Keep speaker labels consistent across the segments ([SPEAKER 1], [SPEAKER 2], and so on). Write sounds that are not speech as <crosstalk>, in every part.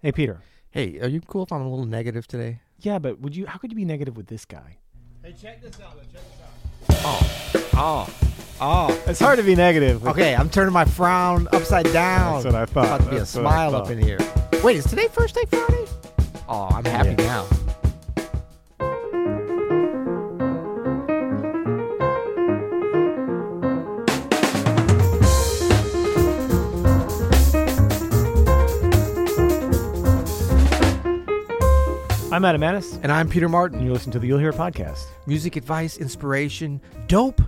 [SPEAKER 1] Hey, Peter.
[SPEAKER 2] Hey, are you cool if I'm a little negative today?
[SPEAKER 1] Yeah, but would you? How could you be negative with this guy?
[SPEAKER 3] Hey, check this out. Though. Check this out.
[SPEAKER 2] Oh, oh.
[SPEAKER 1] It's hard to be negative. with-
[SPEAKER 2] Okay, I'm turning my frown upside down.
[SPEAKER 1] That's what I thought.
[SPEAKER 2] About to be a
[SPEAKER 1] That's what I
[SPEAKER 2] smile up
[SPEAKER 1] thought.
[SPEAKER 2] in here. Wait, is today first day Friday? Oh, I'm happy now.
[SPEAKER 1] I'm Adam Mattis,
[SPEAKER 2] And I'm Peter
[SPEAKER 1] and
[SPEAKER 2] Martin.
[SPEAKER 1] you listen to the You'll Hear podcast.
[SPEAKER 2] Music advice, inspiration, dope,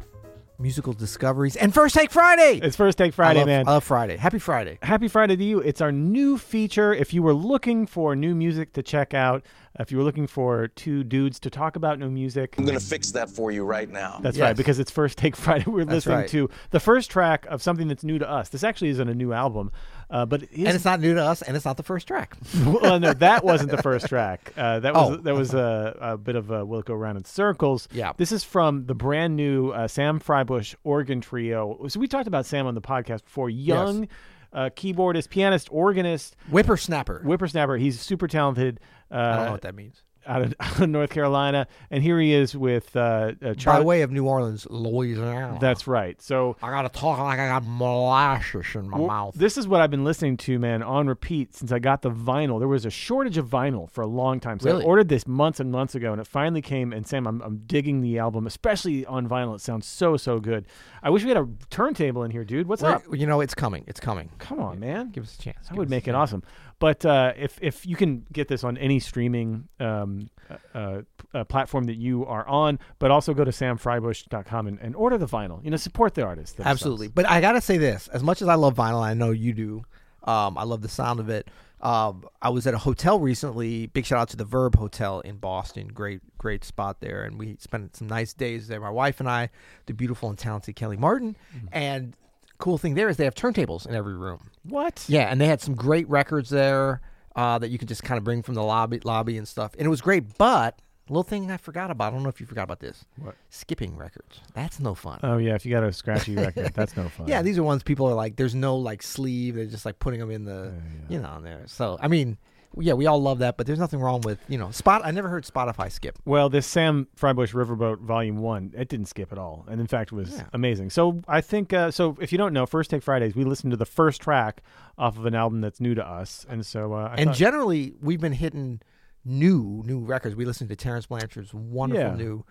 [SPEAKER 2] musical discoveries, and first take Friday.
[SPEAKER 1] It's first take Friday,
[SPEAKER 2] I love,
[SPEAKER 1] man.
[SPEAKER 2] I love Friday. Happy Friday.
[SPEAKER 1] Happy Friday to you. It's our new feature. If you were looking for new music to check out, if you were looking for two dudes to talk about new music,
[SPEAKER 4] I'm going to fix that for you right now.
[SPEAKER 1] that's
[SPEAKER 2] Yes.
[SPEAKER 1] right, because it's First Take <laughs> Friday. We're listening
[SPEAKER 2] right.
[SPEAKER 1] to the first track of something that's new to us. This actually isn't a new album, uh, but it is
[SPEAKER 2] And it's not new to us, and it's not the first track.
[SPEAKER 1] well, no, that wasn't the first track. Uh, that was
[SPEAKER 2] Oh.
[SPEAKER 1] that was a, a bit of a will it go round in circles.
[SPEAKER 2] Yeah.
[SPEAKER 1] this is from the brand new uh, Sam Frybush organ trio. So we talked about Sam on the podcast before. Young uh, keyboardist, pianist, organist,
[SPEAKER 2] Whippersnapper.
[SPEAKER 1] whippersnapper. He's super talented. Uh,
[SPEAKER 2] I don't know what that means.
[SPEAKER 1] Out of, <laughs> out of North Carolina, and here he is with uh, uh,
[SPEAKER 2] By
[SPEAKER 1] Charlie.
[SPEAKER 2] way of New Orleans, Louisiana.
[SPEAKER 1] That's right. So
[SPEAKER 2] I gotta talk like I got molasses in my
[SPEAKER 1] Well,
[SPEAKER 2] mouth.
[SPEAKER 1] This is what I've been listening to, man, on repeat since I got the vinyl. There was a shortage of vinyl for a long time, so
[SPEAKER 2] Really?
[SPEAKER 1] I ordered this months and months ago, and it finally came. And Sam, I'm, I'm digging the album, especially on vinyl. It sounds so so good. I wish we had a turntable in here, dude. What's
[SPEAKER 2] We're-
[SPEAKER 1] up?
[SPEAKER 2] You know, it's coming. It's coming.
[SPEAKER 1] Come on, man.
[SPEAKER 2] Give us a chance.
[SPEAKER 1] that
[SPEAKER 2] Give
[SPEAKER 1] would
[SPEAKER 2] us a
[SPEAKER 1] make it
[SPEAKER 2] chance.
[SPEAKER 1] awesome. But uh, if if you can get this on any streaming um, uh, uh, p- uh, platform that you are on, but also go to samfrybush.com and, and order the vinyl. You know, support the artist. themselves.
[SPEAKER 2] Absolutely. But I gotta say this: as much as I love vinyl, I know you do. Um, I love the sound of it. Um, I was at a hotel recently. Big shout out to the Verb Hotel in Boston. Great, great spot there, and we spent some nice days there. My wife and I, the beautiful and talented Kelly Martin,
[SPEAKER 1] Mm-hmm.
[SPEAKER 2] and cool thing there is they have turntables in every room.
[SPEAKER 1] What?
[SPEAKER 2] Yeah, and they had some great records there uh, that you could just kind of bring from the lobby, lobby and stuff. And it was great, but little thing I forgot about. I don't know if you forgot about this.
[SPEAKER 1] What?
[SPEAKER 2] Skipping records. That's no fun.
[SPEAKER 1] Oh yeah, if you got a scratchy record, that's
[SPEAKER 2] <laughs>
[SPEAKER 1] no fun.
[SPEAKER 2] yeah, these are ones people are like. There's no like sleeve. They're just like putting them in the, you know, in there. So I mean, yeah, we all love that, but there's nothing wrong with you know spot. I never heard Spotify skip.
[SPEAKER 1] Well, this Sam Frybush Riverboat Volume One, it didn't skip at all, and in fact was
[SPEAKER 2] Yeah.
[SPEAKER 1] amazing. So I think uh, so. If you don't know, First Take Fridays, we listen to the first track off of an album that's new to us, and so uh, I
[SPEAKER 2] and
[SPEAKER 1] thought-
[SPEAKER 2] generally, we've been hitting new new records. We listened to Terrence Blanchard's wonderful
[SPEAKER 1] Yeah.
[SPEAKER 2] new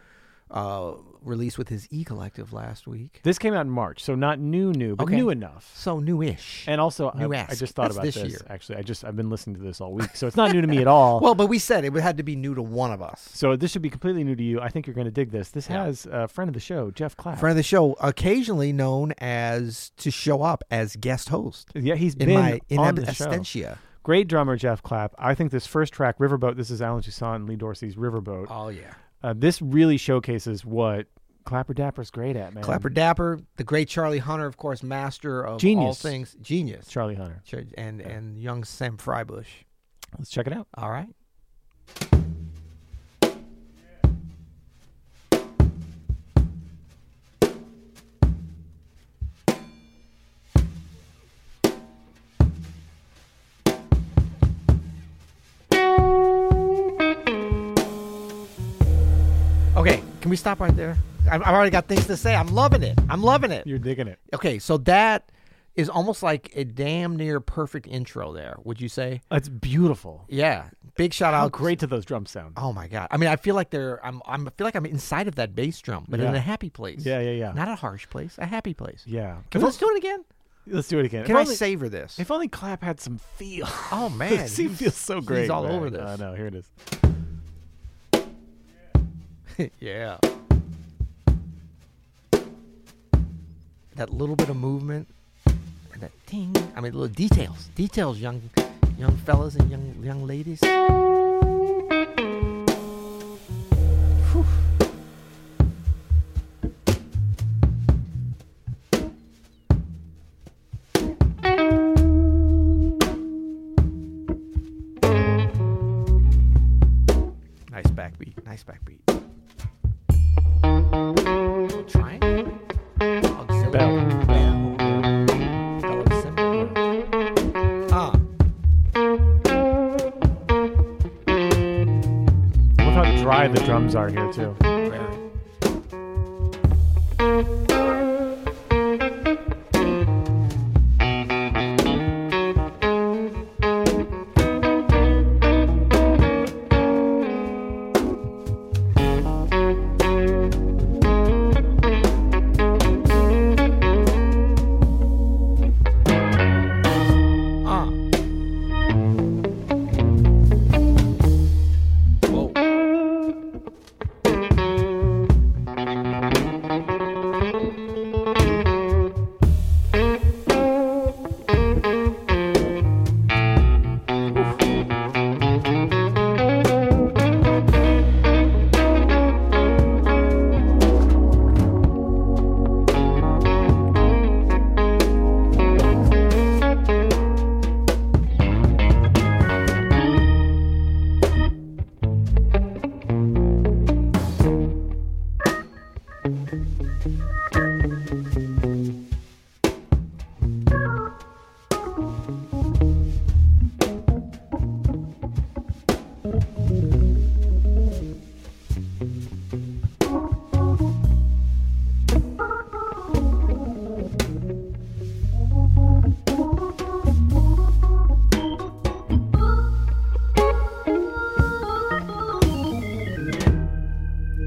[SPEAKER 2] uh, release with his E Collective last week.
[SPEAKER 1] this came out in March, so not new, new, but
[SPEAKER 2] Okay.
[SPEAKER 1] new enough.
[SPEAKER 2] So newish.
[SPEAKER 1] And also, I,
[SPEAKER 2] New
[SPEAKER 1] I
[SPEAKER 2] esque.
[SPEAKER 1] just thought
[SPEAKER 2] That's
[SPEAKER 1] about
[SPEAKER 2] this
[SPEAKER 1] this,
[SPEAKER 2] year.
[SPEAKER 1] Actually, I just I've been listening to this all week, so it's not new to me
[SPEAKER 2] <laughs>
[SPEAKER 1] at all.
[SPEAKER 2] Well, but we said it had to be new to one of us.
[SPEAKER 1] so this should be completely new to you. I think you're going to dig this. This
[SPEAKER 2] Yeah.
[SPEAKER 1] has a friend of the show, Jeff Clapp.
[SPEAKER 2] Friend of the show, occasionally known as to show up as guest host
[SPEAKER 1] yeah, he's
[SPEAKER 2] in
[SPEAKER 1] been
[SPEAKER 2] my in
[SPEAKER 1] on
[SPEAKER 2] ab-
[SPEAKER 1] the show.
[SPEAKER 2] absentia.
[SPEAKER 1] Great drummer Jeff Clapp. I think this first track, Riverboat, this is Alan Toussaint and Lee Dorsey's Riverboat.
[SPEAKER 2] Oh yeah,
[SPEAKER 1] Uh, this really showcases what Clapper Dapper's great at, man.
[SPEAKER 2] Clapper Dapper, the great Charlie Hunter, of course, master of all
[SPEAKER 1] Genius.
[SPEAKER 2] things genius,
[SPEAKER 1] Charlie Hunter.
[SPEAKER 2] Ch- and and young Sam Frybush.
[SPEAKER 1] Let's check it out.
[SPEAKER 2] All right. Okay, can we stop right there? I- I've already got things to say. I'm loving it. I'm loving it.
[SPEAKER 1] You're digging it.
[SPEAKER 2] Okay, so that is almost like a damn near perfect intro there, would you say?
[SPEAKER 1] It's beautiful.
[SPEAKER 2] Yeah. Big shout
[SPEAKER 1] How
[SPEAKER 2] out.
[SPEAKER 1] great do those drums sound?
[SPEAKER 2] Oh my god. I mean, I feel like they're I'm I'm I feel like I'm inside of that bass drum, but in
[SPEAKER 1] Yeah.
[SPEAKER 2] a happy place.
[SPEAKER 1] Yeah, yeah, yeah.
[SPEAKER 2] Not a harsh place, a happy place.
[SPEAKER 1] yeah.
[SPEAKER 2] Can
[SPEAKER 1] If
[SPEAKER 2] let's do it again.
[SPEAKER 1] on- let's do it again.
[SPEAKER 2] Can
[SPEAKER 1] if
[SPEAKER 2] I
[SPEAKER 1] only,
[SPEAKER 2] savor this?
[SPEAKER 1] If only Clap had some feel. <laughs>
[SPEAKER 2] oh man.
[SPEAKER 1] this he
[SPEAKER 2] he's-
[SPEAKER 1] feels so great.
[SPEAKER 2] all
[SPEAKER 1] man.
[SPEAKER 2] over this.
[SPEAKER 1] I know. Here it is.
[SPEAKER 2] <laughs> yeah. That little bit of movement and that ding. I mean, little details. Details, young young fellas and young young ladies. Whew. Nice backbeat. Nice backbeat. Triangle. Auxiliary.
[SPEAKER 1] Bell.
[SPEAKER 2] Bell. Bell of symbol. Ah.
[SPEAKER 1] high the drums are here too.
[SPEAKER 2] Ah. Whoa.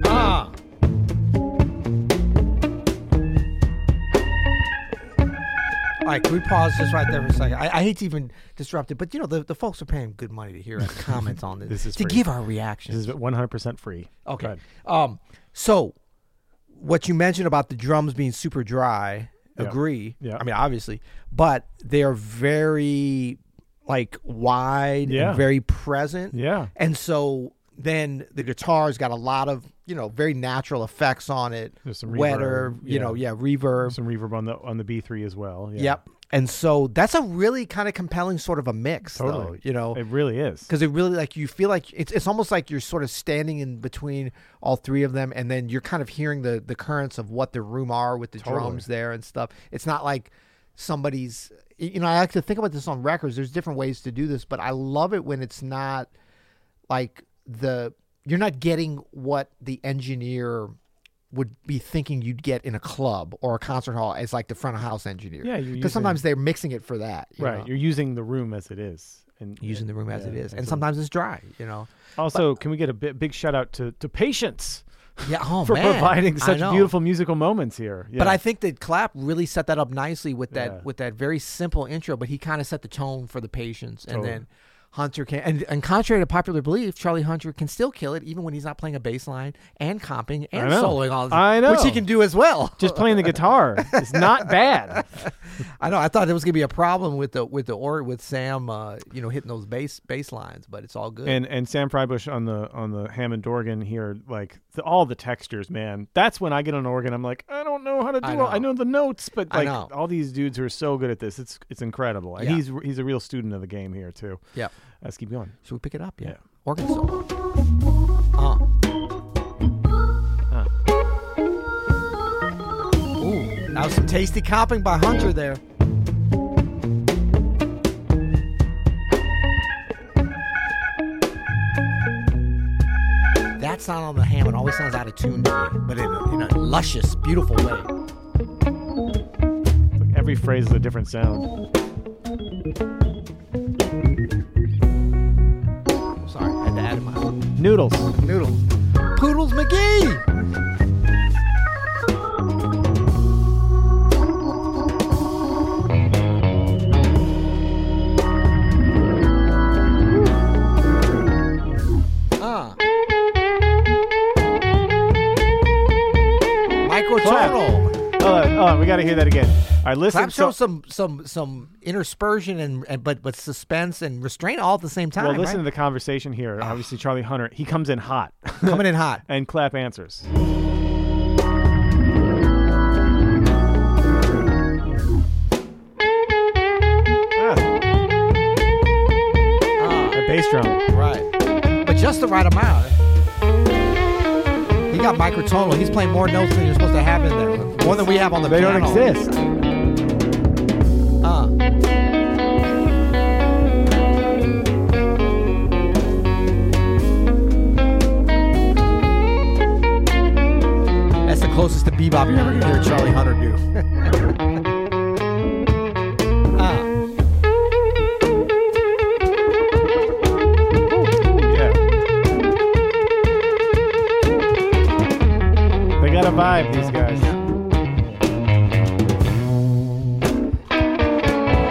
[SPEAKER 2] Ah. All right, can we pause just right there for a second? I, I hate to even disrupt it, but you know the, the folks are paying good money to hear our comments on this,
[SPEAKER 1] This is
[SPEAKER 2] to
[SPEAKER 1] free.
[SPEAKER 2] give our reactions.
[SPEAKER 1] This is 100% free. Go
[SPEAKER 2] Okay.
[SPEAKER 1] ahead.
[SPEAKER 2] Um, so what you mentioned about the drums being super dry, agree.
[SPEAKER 1] Yeah.
[SPEAKER 2] I mean, obviously, but they are very like wide
[SPEAKER 1] Yeah.
[SPEAKER 2] and very present.
[SPEAKER 1] Yeah.
[SPEAKER 2] And so then the guitar's got a lot of, you know, very natural effects on it.
[SPEAKER 1] There's some
[SPEAKER 2] wetter,
[SPEAKER 1] reverb,
[SPEAKER 2] you
[SPEAKER 1] yeah.
[SPEAKER 2] know, yeah, reverb.
[SPEAKER 1] Some reverb on the on the B3 as well. Yeah.
[SPEAKER 2] Yep. And so that's a really kind of compelling sort of a mix though,
[SPEAKER 1] Totally.
[SPEAKER 2] you know
[SPEAKER 1] It really is.
[SPEAKER 2] because it really like you feel like it's it's almost like you're sort of standing in between all three of them, and then you're kind of hearing the the currents of what the room are with the drums there and stuff. It's not like somebody's. You know, I like to think about this on records. There's different ways to do this, but I love it when it's not like the you're not getting what the engineer would be thinking you'd get in a club or a concert hall as like the front of house engineer.
[SPEAKER 1] Yeah, you're using-
[SPEAKER 2] because sometimes they're mixing it for that. you
[SPEAKER 1] right.
[SPEAKER 2] know?
[SPEAKER 1] You're using the room as it is. And
[SPEAKER 2] using the room as
[SPEAKER 1] yeah,
[SPEAKER 2] it is, and
[SPEAKER 1] absolutely.
[SPEAKER 2] sometimes it's dry. You know.
[SPEAKER 1] Also, can we get a bi- big shout out to, to Patience
[SPEAKER 2] Yeah, oh,
[SPEAKER 1] for
[SPEAKER 2] man.
[SPEAKER 1] providing
[SPEAKER 2] I
[SPEAKER 1] such
[SPEAKER 2] know.
[SPEAKER 1] beautiful musical moments here?
[SPEAKER 2] But
[SPEAKER 1] Yeah.
[SPEAKER 2] I think that Clap really set that up nicely with that
[SPEAKER 1] Yeah.
[SPEAKER 2] with that very simple intro. But he kind of set the tone for the patience, and
[SPEAKER 1] Totally.
[SPEAKER 2] then Hunter can. And, and contrary to popular belief, Charlie Hunter can still kill it even when he's not playing a bass line and comping and
[SPEAKER 1] know.
[SPEAKER 2] soloing all. the-
[SPEAKER 1] I know.
[SPEAKER 2] which he can do as well.
[SPEAKER 1] just playing the
[SPEAKER 2] uh,
[SPEAKER 1] guitar is not bad.
[SPEAKER 2] <laughs> I know. I thought there was gonna be a problem with the with the or with Sam, uh, you know, hitting those bass bass lines, but it's all good.
[SPEAKER 1] And and Sam Freibush on the on the Hammond organ here, like the, all the textures, man. That's when I get on organ. I'm like, I don't know how to do.
[SPEAKER 2] I
[SPEAKER 1] all- I
[SPEAKER 2] know.
[SPEAKER 1] know the notes, but
[SPEAKER 2] I
[SPEAKER 1] like
[SPEAKER 2] know.
[SPEAKER 1] all these dudes who are so good at this, it's it's incredible. And
[SPEAKER 2] Yeah.
[SPEAKER 1] he's he's a real student of the game here too.
[SPEAKER 2] yeah,
[SPEAKER 1] Let's keep going.
[SPEAKER 2] should we pick it up? Yeah,
[SPEAKER 1] Yeah.
[SPEAKER 2] organ solo. Uh. Ah.
[SPEAKER 1] Huh.
[SPEAKER 2] Ooh, that was some tasty copping by Hunter there. That sound on the Hammond always sounds out of tune to me, but in a, in a luscious, beautiful way.
[SPEAKER 1] Like every phrase is a different sound.
[SPEAKER 2] Sorry, I had to add in my
[SPEAKER 1] Noodles.
[SPEAKER 2] noodles. Poodles McGee! Ah. Michael
[SPEAKER 1] Clap.
[SPEAKER 2] Turtle.
[SPEAKER 1] Oh, oh, we got to hear that again. All right, listen.
[SPEAKER 2] Clap
[SPEAKER 1] so-
[SPEAKER 2] shows some some some interspersion and, and but but suspense and restraint all at the same time.
[SPEAKER 1] well, listen to
[SPEAKER 2] right? Ah.
[SPEAKER 1] the conversation here. Obviously, Charlie Hunter, he comes in hot, <laughs>
[SPEAKER 2] coming in hot.
[SPEAKER 1] and Clap answers. Ah,
[SPEAKER 2] Ah,
[SPEAKER 1] that bass drum.
[SPEAKER 2] right, but just the right amount. He got microtonal. He's playing more notes than you're supposed to have in there. More than we have on the
[SPEAKER 1] They don't
[SPEAKER 2] piano.
[SPEAKER 1] exist.
[SPEAKER 2] Ah. bebop you're ever going to hear Charlie Hunter do. <laughs> Uh.
[SPEAKER 1] Yeah. They got a vibe, these guys.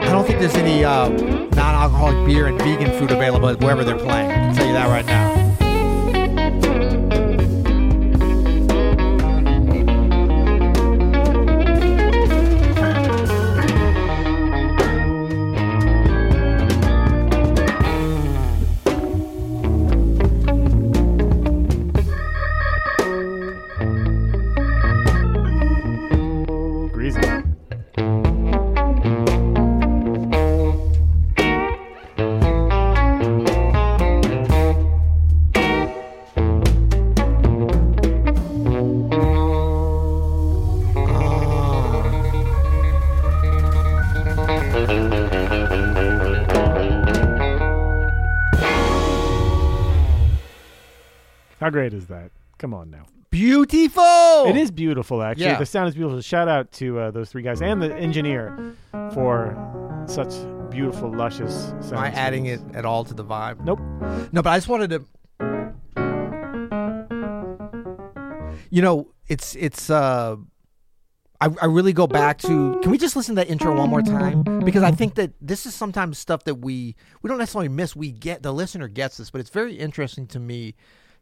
[SPEAKER 2] I don't think there's any uh, non-alcoholic beer and vegan food available at wherever they're playing. I can tell you that right now.
[SPEAKER 1] Greasy. How great is that? Come on now.
[SPEAKER 2] Beautiful.
[SPEAKER 1] It is beautiful, actually.
[SPEAKER 2] Oh. Yeah.
[SPEAKER 1] The sound is beautiful. Shout out to uh, those three guys and the engineer for such beautiful, luscious sounds.
[SPEAKER 2] Am I adding it at all to the vibe?
[SPEAKER 1] Nope.
[SPEAKER 2] No, but I just wanted to. You know, it's it's. uh I, I really go back to. Can we just listen to that intro one more time? Because I think that this is sometimes stuff that we we don't necessarily miss. We get the listener gets this, but it's very interesting to me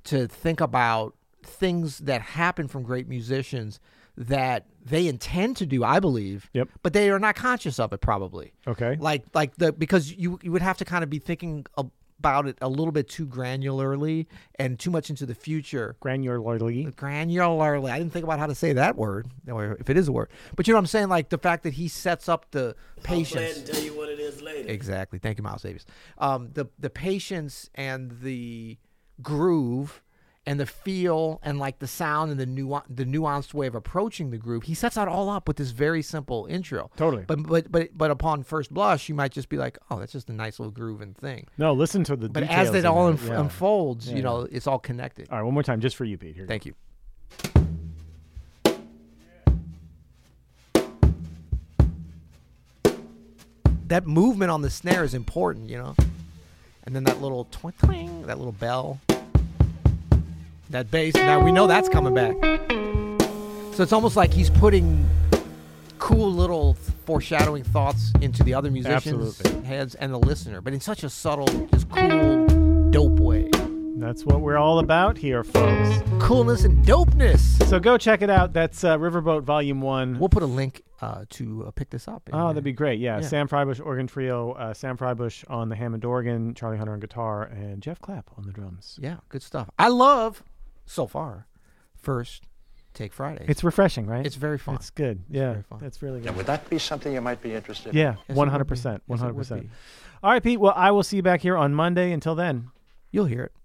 [SPEAKER 2] to think about things that happen from great musicians that they intend to do. I believe.
[SPEAKER 1] Yep.
[SPEAKER 2] But they are not conscious of it, probably
[SPEAKER 1] Okay.
[SPEAKER 2] like like the because you you would have to kind of be thinking about it a little bit too granularly and too much into the future
[SPEAKER 1] Granularly.
[SPEAKER 2] granularly i didn't think about how to say that word or if it is a word but you know what i'm saying like the fact that he sets up the
[SPEAKER 5] Glad to
[SPEAKER 2] patience
[SPEAKER 5] tell you what it is later.
[SPEAKER 2] exactly thank you miles davis um the the patience and the groove and the feel and like the sound and the nuance the nuanced way of approaching the groove he sets that all up with this very simple intro
[SPEAKER 1] Totally.
[SPEAKER 2] but but but but upon first blush, you might just be like, "Oh, that's just a nice little groove and thing."
[SPEAKER 1] No, listen to the
[SPEAKER 2] But
[SPEAKER 1] details.
[SPEAKER 2] as it
[SPEAKER 1] in
[SPEAKER 2] all um,
[SPEAKER 1] there.
[SPEAKER 2] unf-
[SPEAKER 1] Yeah.
[SPEAKER 2] unfolds, you know, it's all connected.
[SPEAKER 1] All right, one more time, just for you, Pete. Here.
[SPEAKER 2] Thank you. That movement on the snare is important, you know. And then that little twang, twang, that little bell, that bass. Now we know that's coming back. So it's almost like he's putting cool little foreshadowing thoughts into the other musicians'
[SPEAKER 1] Absolutely.
[SPEAKER 2] heads and the listener, but in such a subtle, just cool, dope way.
[SPEAKER 1] That's what we're all about here, folks.
[SPEAKER 2] Coolness and dopeness.
[SPEAKER 1] So go check it out. That's uh, Riverboat Volume 1.
[SPEAKER 2] We'll put a link uh, to uh, pick this up. in
[SPEAKER 1] Oh,
[SPEAKER 2] there.
[SPEAKER 1] that'd be great. Yeah.
[SPEAKER 2] Yeah.
[SPEAKER 1] Sam Frybush organ trio, uh, Sam Frybush on the Hammond organ, Charlie Hunter on guitar, and Jeff Clapp on the drums.
[SPEAKER 2] yeah, good stuff. I love so far. First, take Friday.
[SPEAKER 1] It's refreshing, right?
[SPEAKER 2] It's very fun.
[SPEAKER 1] It's good. Yeah.
[SPEAKER 2] very fun.
[SPEAKER 1] That's really good.
[SPEAKER 4] Would that be something you might be interested in?
[SPEAKER 1] Yeah,
[SPEAKER 2] Yes, it
[SPEAKER 1] one
[SPEAKER 2] would be.
[SPEAKER 1] hundred percent,
[SPEAKER 2] Yes,
[SPEAKER 1] one
[SPEAKER 2] it
[SPEAKER 1] hundred
[SPEAKER 2] would
[SPEAKER 1] percent.
[SPEAKER 2] be.
[SPEAKER 1] All right, Pete. Well, I will see you back here on Monday. Until then,
[SPEAKER 2] You'll hear it.